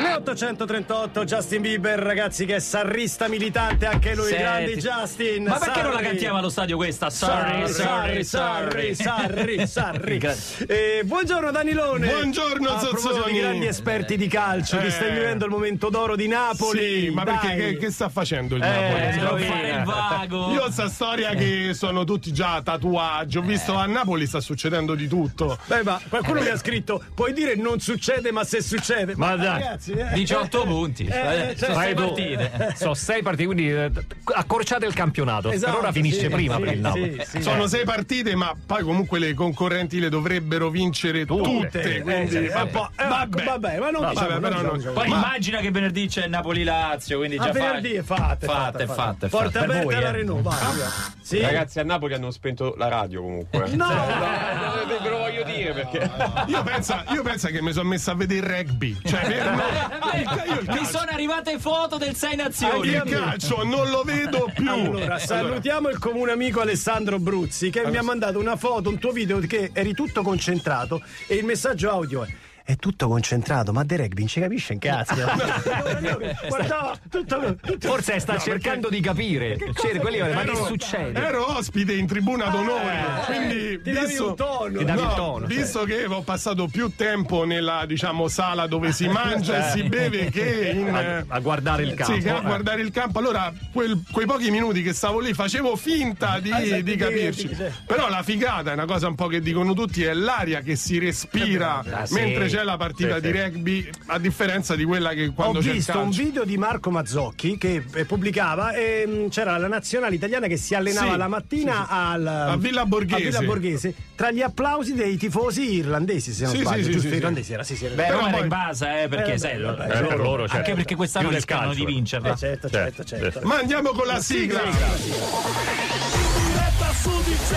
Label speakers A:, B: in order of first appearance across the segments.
A: Le 838 Justin Bieber, ragazzi che è sarrista militante anche lui,
B: Senti.
A: grandi Justin.
B: Ma perché non la
A: Sarri.
B: cantiamo allo stadio questa? Sorry,
A: Sarri, Sarri, Sarri,
B: sorry,
A: Sarri,
B: sorry.
A: Sarri.
B: Gra-
A: Eh, buongiorno Danilone.
C: Buongiorno,
A: A proposito
C: Zozzoni.
A: di grandi esperti di calcio che
C: Eh.
A: stai vivendo il momento d'oro di Napoli.
C: Sì, ma
A: Dai.
C: perché che, che sta facendo il
B: Eh,
C: Napoli?
B: non
C: Sta-
B: fare il vago.
C: Io ho sta storia che sono tutti già tatuaggi. Ho visto a Napoli sta succedendo di tutto.
A: Beh, ma qualcuno mi ha scritto, puoi dire non succede, ma se succede.
D: Ma dai.
A: ragazzi, eh.
B: 18 punti.
A: Eh, cioè,
B: Eh, sono sei
D: Fai tu.
B: partite.
D: boh. Sono sei partite, quindi eh, accorciate il campionato.
A: Esatto,
D: per ora finisce
A: sì,
D: prima
A: sì,
D: per il Napoli.
A: sì, sì.
C: Sono sei partite, ma poi comunque le concorrenti le dovrebbero vincere tutte.
A: Tutte,
C: quindi,
A: eh,
C: ma poi-
A: eh,
C: vabbè.
A: vabbè, ma non diciamo,
C: vabbè,
A: non
C: però
A: diciamo,
C: non-
A: diciamo.
B: Poi
C: Ma-
B: immagina che venerdì c'è Napoli-Lazio, quindi
A: A
B: già
A: venerdì è fate,
B: Fate, fate,
A: Porta
B: fate. Per
A: aperta
B: voi,
A: la
B: eh.
A: Renault, vai. via. Sì.
E: Ragazzi a Napoli hanno spento la radio comunque.
A: No,
E: Eh, Ve lo voglio dire perché.
C: Io penso, io penso che mi sono messo a vedere il rugby. Cioè, per me, io il
B: Mi
C: calcio-
B: sono arrivate foto del 6 Nazioni.
C: il calcio non lo vedo più.
A: Allora, salutiamo il comune amico Alessandro Bruzzi che mi ha mandato una foto, un tuo video che eri tutto concentrato e il messaggio audio è è tutto concentrato, ma De Rugby non ci capisce un cazzo. Guardava tutto, tutto-
D: Forse sta cercando di capire. Cerco lì, ma che
C: Ero-
D: succede?
C: Ero ospite in tribuna d'onore,
A: Eh,
C: quindi
A: ti davi
C: visto,
A: un tono. Ti
D: davi
C: No,
D: il tono,
C: visto che ho passato più tempo nella diciamo, sala dove si mangia e si beve che in,
D: A, a
C: eh,
D: guardare il campo.
C: sì, che a
D: eh.
C: guardare il campo, allora quel- quei pochi minuti che stavo lì facevo finta di,
A: sì,
C: di
A: di-
C: capirci.
A: di- sì.
C: Però la figata è una cosa un po' che dicono tutti: è l'aria che si respira
D: Ah, sì.
C: mentre c'è la partita
E: Sì,
C: di
E: sì.
C: rugby, a differenza di quella che
A: Ho
C: quando c'è il
A: visto un
C: calcio.
A: video di Marco Mazzocchi che eh, pubblicava e mm, c'era la nazionale italiana che si allenava
C: Sì,
A: la mattina al, mm,
C: A Villa Borghese.
A: a Villa Borghese, tra gli applausi dei tifosi irlandesi, se non
C: Sì,
A: sbaglio,
C: sì, sì,
A: giusto?
C: sì, sì.
A: irlandesi era, sì, sì, era.
B: Beh,
C: Però
B: Roma era
C: poi-
B: in base, eh, perché
A: Eh,
B: sai,
A: vabbè,
B: lo-
A: eh,
B: lo-
D: per loro,
B: Anche
D: certo.
B: perché quest'anno
D: Più del
B: rischiano di
D: calcio,
B: vincerla.
A: Eh, certo, certo, certo.
C: Ma andiamo con la sigla.
F: diretta su DJ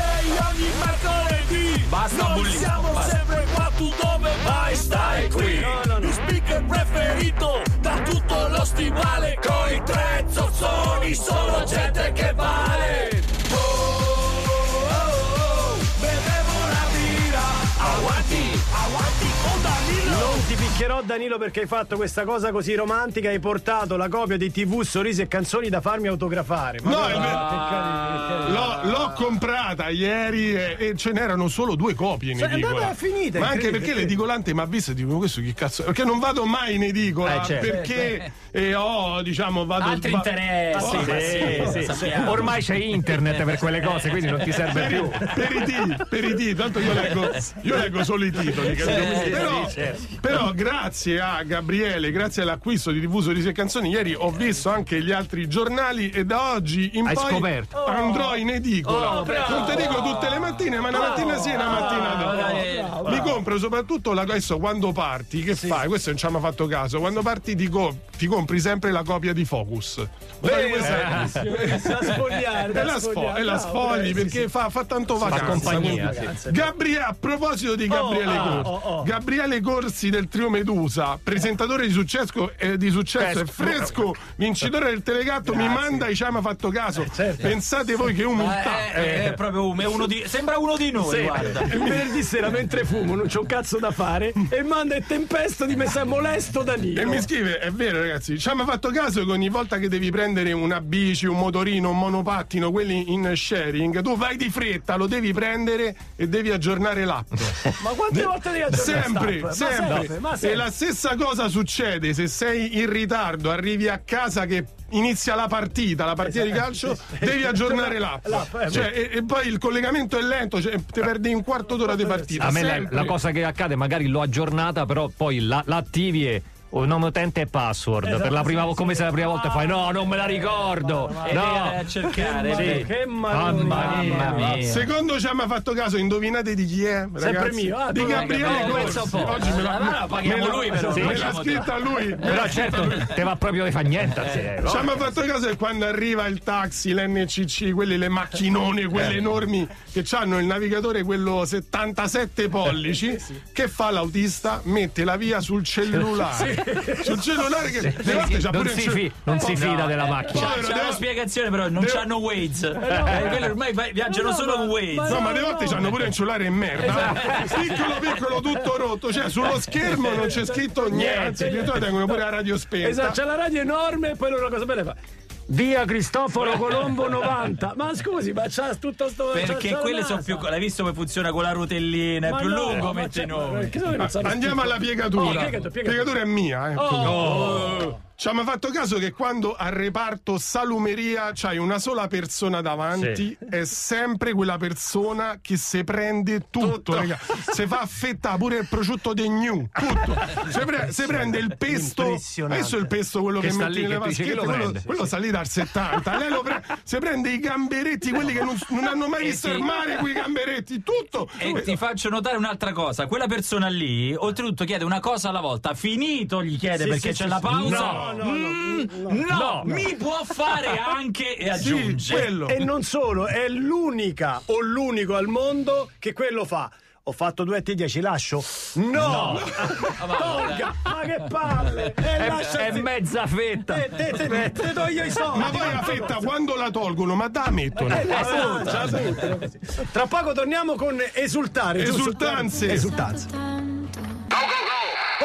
F: ogni mercoledì
B: Basta
F: Noi
B: bullismo,
F: siamo
B: basta.
F: sempre qua tu dove vai stai qui Il speaker preferito da tutto lo stivale Con i tre zozzoni sono gente che vale Oh, oh, oh, bevevo una birra Avanti, avanti con Danilo
A: Non ti picchierò Danilo perché hai fatto questa cosa così romantica, hai portato la copia di TV Sorrisi e Canzoni da farmi autografare. Ma
C: No,
A: guarda,
C: è ver-
A: che carino, che carino.
C: L'ho, l'ho comprata ieri e, e ce n'erano solo due copie in
A: Sì,
C: edicola.
A: andava finita,
C: ma anche
A: incredibile, sì.
C: perché l'edicolante mi ha visto e dico: Questo chi cazzo è? Perché non vado mai in edicola
D: Eh, certo.
C: perché eh, ho, diciamo, vado.
B: Altri
C: va-
B: interessi.
C: Oh,
B: ma
D: Sì,
B: lo
D: Eh, sì.
B: Eh, sappiamo.
D: Ormai c'è internet per quelle cose, quindi non ti
C: Per
D: serve più.
C: i, per i titoli, per i titoli, tanto io leggo, io leggo solo i titoli, capito? Quindi, però, però grazie a Gabriele, grazie all'acquisto di Diffuso di e Canzoni, ieri ho visto anche gli altri giornali e da oggi in
D: Hai
C: poi
D: scoperto.
C: andrò in edicola. non te dico tutte le mattine, ma una mattina sì e una mattina
B: Ah,
C: dopo.
B: dai, eh,
C: Mi compro soprattutto la, adesso quando parti, che fai? Questo non ci hanno fatto caso. Quando parti ti, co- ti compri sempre la copia di Focus. Eh. Lo sai questa-
A: Da sfogliare,
C: e
A: da
C: la, sfo-
A: sfogliare.
C: e la
A: No,
C: sfogli
A: eh, sì,
C: perché Fa, fa tanto vacanza.
D: compagnia,
C: quindi- Gabriele, a proposito di Gabriele
A: ah,
C: Corsi,
A: oh, oh.
C: Gabriele Corsi del Trio Medusa, presentatore di successo, eh, di successo e fresco, vincitore del Telegatto, mi manda e ci ha fatto
A: Eh,
C: caso.
A: certo.
C: Pensate voi che umiltà.
B: Eh, eh, è proprio un- è uno di- sembra uno di noi, guarda.
A: Il venerdì sera mentre fumo non c'ho un cazzo da fare e manda il tempesto di messa molesto
C: E
A: Danilo.
C: mi scrive, è vero ragazzi, ci hanno fatto caso che ogni volta che devi prendere una bici, un motorino, un monopattino, quelli in sharing, tu vai di fretta, lo devi prendere e devi aggiornare l'app.
A: Ma quante volte devi aggiornare
C: Sempre,
A: Stamp? Ma
C: sempre.
A: ma
C: E
A: sempre.
C: la stessa cosa succede se sei in ritardo, arrivi a casa che inizia la partita, la partita di calcio, devi aggiornare l'app.
A: L'app, eh,
C: Cioè, e, e poi il collegamento è lento, cioè, ti perdi un quarto d'ora di partita.
D: A me la,
C: sempre.
D: la cosa che accade, magari l'ho aggiornata, però poi la, la attivi e un nome utente e password. per la prima, vo- come se la prima volta fai no, non me la ricordo.
B: E vai Eh, a
D: no.
B: cercare.
D: Sì.
A: Che
D: Mamma
A: maledetta.
D: mia.
C: Secondo ci ha mai fatto caso, indovinate di chi è? Ragazzi?
A: Sempre mio, ah,
C: di
A: tu-
C: Gabriele
B: eh, pensa
C: Corsi.
B: un po'.
C: Oggi me l'ha,
B: Allora, paghiamo
C: me l'ha-
B: lui, però. diciamo
C: me l'ha
B: Facciamo-
C: scritta lui.
D: Però certo, te va proprio che fa niente. sì, eh, no?
C: Ci hanno fatto caso che quando arriva il taxi, l'NCC, quelle le macchinone,
D: Eh.
C: quelle enormi che hanno il navigatore, quello 77
D: Eh,
C: pollici, che fa l'autista? Mette la via sul cellulare. Sul cellulare che le volte c'ha
D: non
C: pure il
D: si,
C: cell- Oh,
D: fi- non si fida della macchina.
B: C'è
C: Povero,
B: una
C: devo-
B: spiegazione, però non
C: devo-
B: c'hanno Waze. Eh, quello ormai vai- viaggiano solo con Waze.
C: No, ma le volte c'hanno pure il cellulare in merda. eh.
D: Esatto.
C: Piccolo piccolo tutto rotto, cioè sullo schermo non c'è scritto niente. Anzi, addirittura tengono pure la radio spenta.
A: Esatto, c'è la radio enorme e poi loro cosa bella fa. Via Cristoforo Colombo 90. Ma scusi, ma c'ha tutto sto
B: Perché quelle sono più. L'hai visto come funziona con la rotellina? È più lungo, mentre noi.
A: Eh,
C: Andiamo alla piegatura.
A: Oh, piegato, piegato.
C: piegatura è mia, eh. Ci hanno fatto caso che quando al reparto salumeria c'hai una sola persona davanti, è sempre quella persona che se prende tutto, raga. Se fa affetta pure il prosciutto dei gnu, tutto. Se, pre- se prende il pesto,
A: Impressionante.
C: adesso il pesto quello che,
D: Che sta
C: metti
D: lì,
C: nelle
D: che tu dici,
C: vaschette,
D: chi lo
C: quello,
D: prende?
C: quello sta lì dal 70. Lei lo pre- se prende i gamberetti, quelli che non, non hanno mai visto
B: sì. Eh,
C: il mare, quei gamberetti, tutto.
B: E ti faccio notare un'altra cosa, quella persona lì, oltretutto chiede una cosa alla volta, finito gli chiede perché c'è la pausa.
A: No, no, no,
B: Mm, no, mi può fare anche e
C: Sì,
B: aggiunge.
C: quello.
A: E non solo, è l'unica o l'unico al mondo che quello fa. Ho fatto due e 10 lascio? No! Tolga, ma che palle! E
C: Eh,
D: È,
A: lascia
D: è mezza fetta.
A: te, te, te, te, te toglio i soldi!
C: Ma poi la fetta quando la tolgono, ma da mettono.
A: Eh, la lancia, tutto. Tra poco torniamo con esultare. giusto?
C: Esultanze.
A: Esultanze.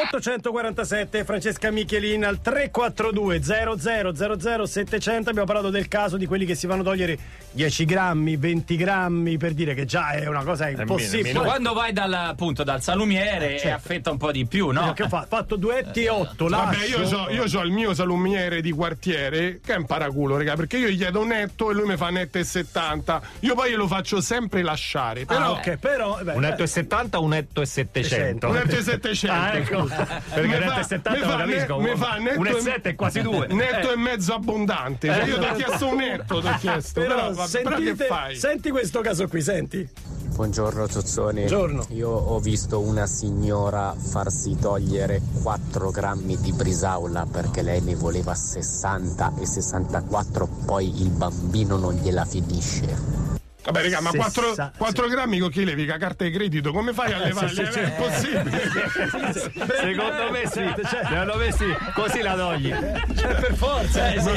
A: 847 Francesca Michelin al 342 00 700 abbiamo parlato del caso di quelli che si vanno a togliere 10 grammi 20 grammi per dire che già è una cosa impossibile
B: Ma Quando vai dal, appunto, dal salumiere e
A: certo. Eh,
B: affetta un po' di più, no?
A: No, che ho fatto? Fatto duetti e 8
C: Vabbè, io so, io so il mio salumiere di quartiere che è un paraculo, raga, perché io gli chiedo un netto e lui mi fa netto e 70. Io poi glielo faccio sempre lasciare. Però
A: però, Ah, ok, però beh,
D: Un etto e 70, un etto e 700.
C: un netto e 700.
D: Ah, ecco. Perché un etto e 70 lo capisco.
C: Mi fa netto
D: un e
C: e-
D: 7 è quasi due.
C: Netto e mezzo abbondante. Cioè, io ti ho chiesto un netto, ti ho chiesto. Però,
A: eh, però,
C: vabbè, però che
A: sentite,
C: fai?
A: senti questo caso qui, senti.
G: Buongiorno Zozzoni.
A: Buongiorno.
G: Io ho visto una signora farsi togliere 4 grammi di brisaula perché lei ne voleva 60 e 64 poi il bambino non gliela finisce.
C: Vabbè, raga, ma
A: Se
C: 4,
A: sa-
C: grammi con chi levi la carta di credito? Come fai a levarle?
A: sì,
C: Eh, è impossibile.
D: Secondo me sì.
C: Eh, certo.
D: Secondo me sì. Così la togli.
A: per forza. eh, sì.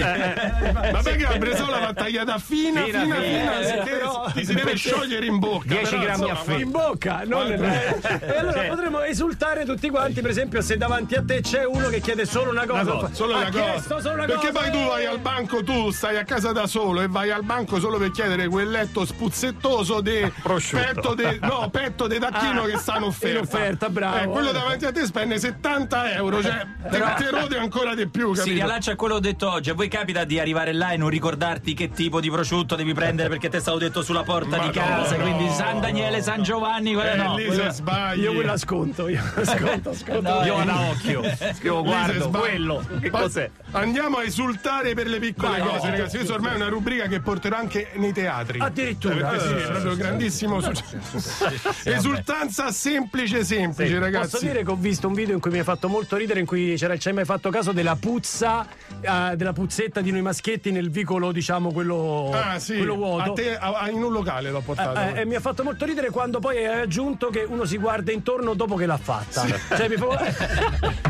C: Vabbè che la bresola va tagliata fina, fina,
D: Fina,
C: fina,
D: fina,
C: si deve- ti si deve sciogliere in bocca.
D: 10
C: però,
D: grammi
C: insomma,
D: a fine.
A: in bocca non eh, e allora potremmo esultare tutti quanti per esempio se davanti a te c'è uno che chiede solo una cosa,
C: ma- Solo
A: Ha
C: una
A: chiesto
C: cosa.
A: solo una
C: Perché
A: cosa,
C: poi tu
A: eh.
C: vai al banco, tu stai a casa da solo e vai al banco solo per chiedere quel letto spuzzettoso di
D: Prosciutto.
C: petto de, no, petto di tacchino che sta in offerta.
A: in offerta, bravo.
C: Eh, quello davanti a te spende 70 euro, cioè
B: Però-
C: te, te rode ancora di più,
B: Si
C: capito?
B: riallaccia a quello detto oggi. A voi capita di arrivare là e non ricordarti che tipo di prosciutto devi prendere perché te è stato detto sulla porta
C: Ma
B: di casa.
C: no,
B: quindi San Daniele, San Giovanni, quella
C: Eh,
B: no.
C: lì
B: quella-
C: se sbagli.
A: io quello ascolto io ascolto ascolto
B: No,
D: Io
B: eh.
D: vado a occhio. Io
C: Lì se
D: guardo
C: sbagli-
D: quello. Che
C: Poi
D: cos'è?
C: Andiamo a esultare per le piccole cose, ragazzi. Questa ormai è una rubrica che porterò anche nei teatri.
A: Addirittura. Eh,
C: Perché sì, è proprio grandissimo successo. Esultanza semplice, semplice,
A: Posso
C: ragazzi.
A: dire che ho visto un video in cui mi ha fatto molto ridere, in cui c'era il c'hai mai fatto caso della puzza, eh, della puzzetta di noi maschietti nel vicolo, diciamo, quello,
C: Ah, sì.
A: quello
C: A
A: vuoto.
C: te, a- a- in un locale l'ho portato.
A: Eh, e mi ha fatto molto ridere quando poi hai aggiunto che uno si guarda intorno dopo che l'ha fatta. Cioè, mi fa...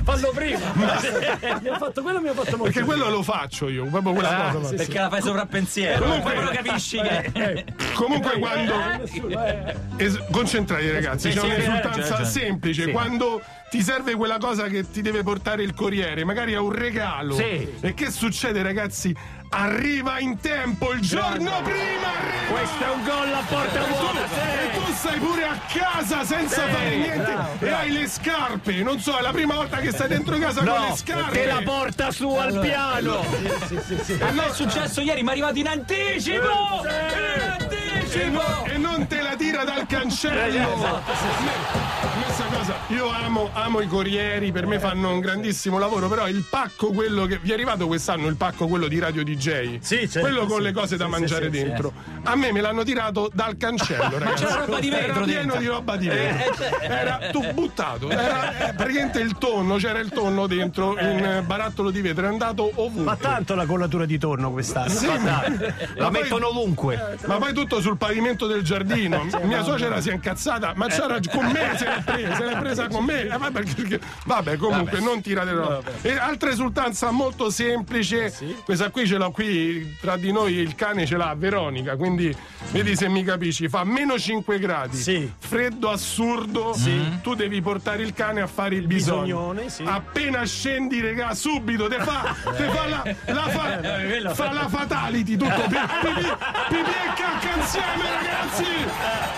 A: fallo prima. mi ha fatto quello, mi ha fatto molto Eh.
C: Perché quello
A: ridere.
C: lo faccio io, proprio quella cosa.
A: sì,
B: Perché la fai sovrappensiero. Poi lo capisci
A: eh,
B: che.
C: Comunque quando
A: Nessuno, eh.
C: es- concentrati ragazzi,
B: Eh,
C: c'è
B: sì, hai ragione, hai
C: un'esultanza
B: ragione.
C: semplice, quando ti serve quella cosa che ti deve portare il corriere, magari è un regalo.
D: Sì.
C: E che succede ragazzi? Arriva in tempo il giorno prima. Arriva!
D: Questo è un gol a
A: Eh,
D: porta
C: E tu-
D: vuota.
C: E tu stai pure a casa senza fare niente e hai le scarpe. Non so, è la prima volta che stai dentro casa con le
D: No,
A: eh,
C: scarpe.
D: te la porta su al piano.
B: A me è successo ieri, mi è arrivato in anticipo! In
C: e,
B: anticipo!
C: Eh,
A: Eh, esatto,
C: no- e non te la tira dal cancello. questa cosa io amo, amo i corrieri, per
A: Eh,
C: me fanno un grandissimo lavoro, però il pacco quello che vi è arrivato quest'anno il pacco quello di Radio DJ.
A: Sì, certo,
C: quello con
A: sì,
C: le cose da
A: sì,
C: mangiare
A: sì, sì,
C: dentro. A me me l'hanno tirato dal cancello, ragazzi.
B: c'era roba di vetro
C: Era pieno
B: dentro.
C: di roba
A: Eh,
C: di vetro.
A: cioè,
C: Era tu buttato, era eh, praticamente il tonno, c'era il tonno dentro in eh, barattolo di vetro, è andato
A: Ma
C: ovunque.
A: tanto la collatura di torno quest'anno. Ma dai.
D: La
C: poi-
D: mettono ovunque.
C: Ma poi tutto sul pavimento del giardino. Mia suocera si è incazzata, ma c'era con me, se l'è presa, se l'è presa con me. Eh, vabbè, perché- vabbè, comunque, non tirate roba. E altra esultanza molto
A: Eh,
C: semplice, questa qui ce l'ho qui tra di noi, il cane ce l'ha Veronica, quindi vedi se mi capisci, fa meno 5 gradi,
A: Sì.
C: freddo assurdo, tu devi portare il cane a fare il bisogno.
A: bisognone, sì.
C: Appena scendi, regà, subito, te fa, te fa la, la fa-
B: Eh, quello-
C: fa la fatality, tutto pi- pipì, pipì e cacca insieme, ragazzi!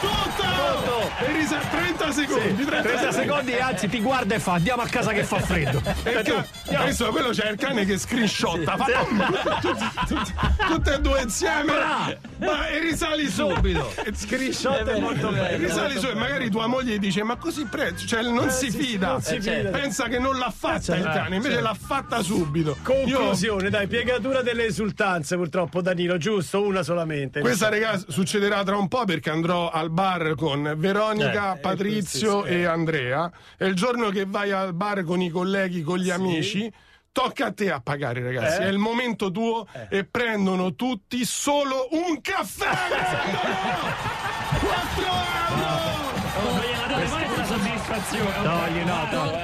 C: Tutto! E risa 30 secondi, 30,
D: 30 secondi e anzi ti guarda e fa andiamo a casa che fa freddo.
C: E il ca- adesso quello c'è il cane che screenshotta, fa tutti, tutti- tutte e due insieme. Ma- e risali subito. E screenshot è molto bello. Risali su e magari tua moglie dice "Ma così prezzo, cioè non si Eh, certo. fida".
A: si
C: Eh, Pensa che non l'ha fatta il cane, invece l'ha fatta subito. Io-
A: Conclusione, dai, piegatura delle esultanze, purtroppo, Danilo, giusto? Una solamente.
C: Questa regà succederà tra un po' perché andrò al bar con Veronica, Patrizio e Andrea e il giorno che vai al bar con i colleghi, con gli amici, tocca a te a pagare ragazzi, è il momento tuo e prendono tutti solo un caffè! 4 euro!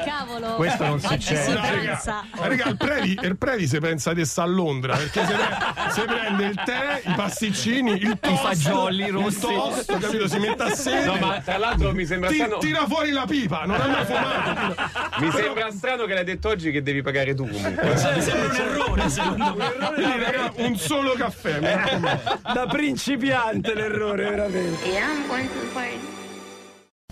H: Cavolo!
D: Questo non
H: Si
D: succede.
C: No, raga,
H: pensa.
C: raga, il Previ, il Previ se pensa di sta a Londra perché se, pre- se prende il tè, i pasticcini, il toast,
D: fagioli rossi.
C: il toast, capito? Si mette a sede.
E: No, ma tra l'altro mi sembra
C: Ti-
E: strano.
C: tira fuori la pipa, non ha mai fumato.
E: Mi sembra strano che l'hai detto oggi che devi pagare tu comunque.
B: Cioè, Sembra un errore, secondo me.
C: Quindi, raga, un solo caffè. mi raccomando.
A: Da principiante l'errore, veramente.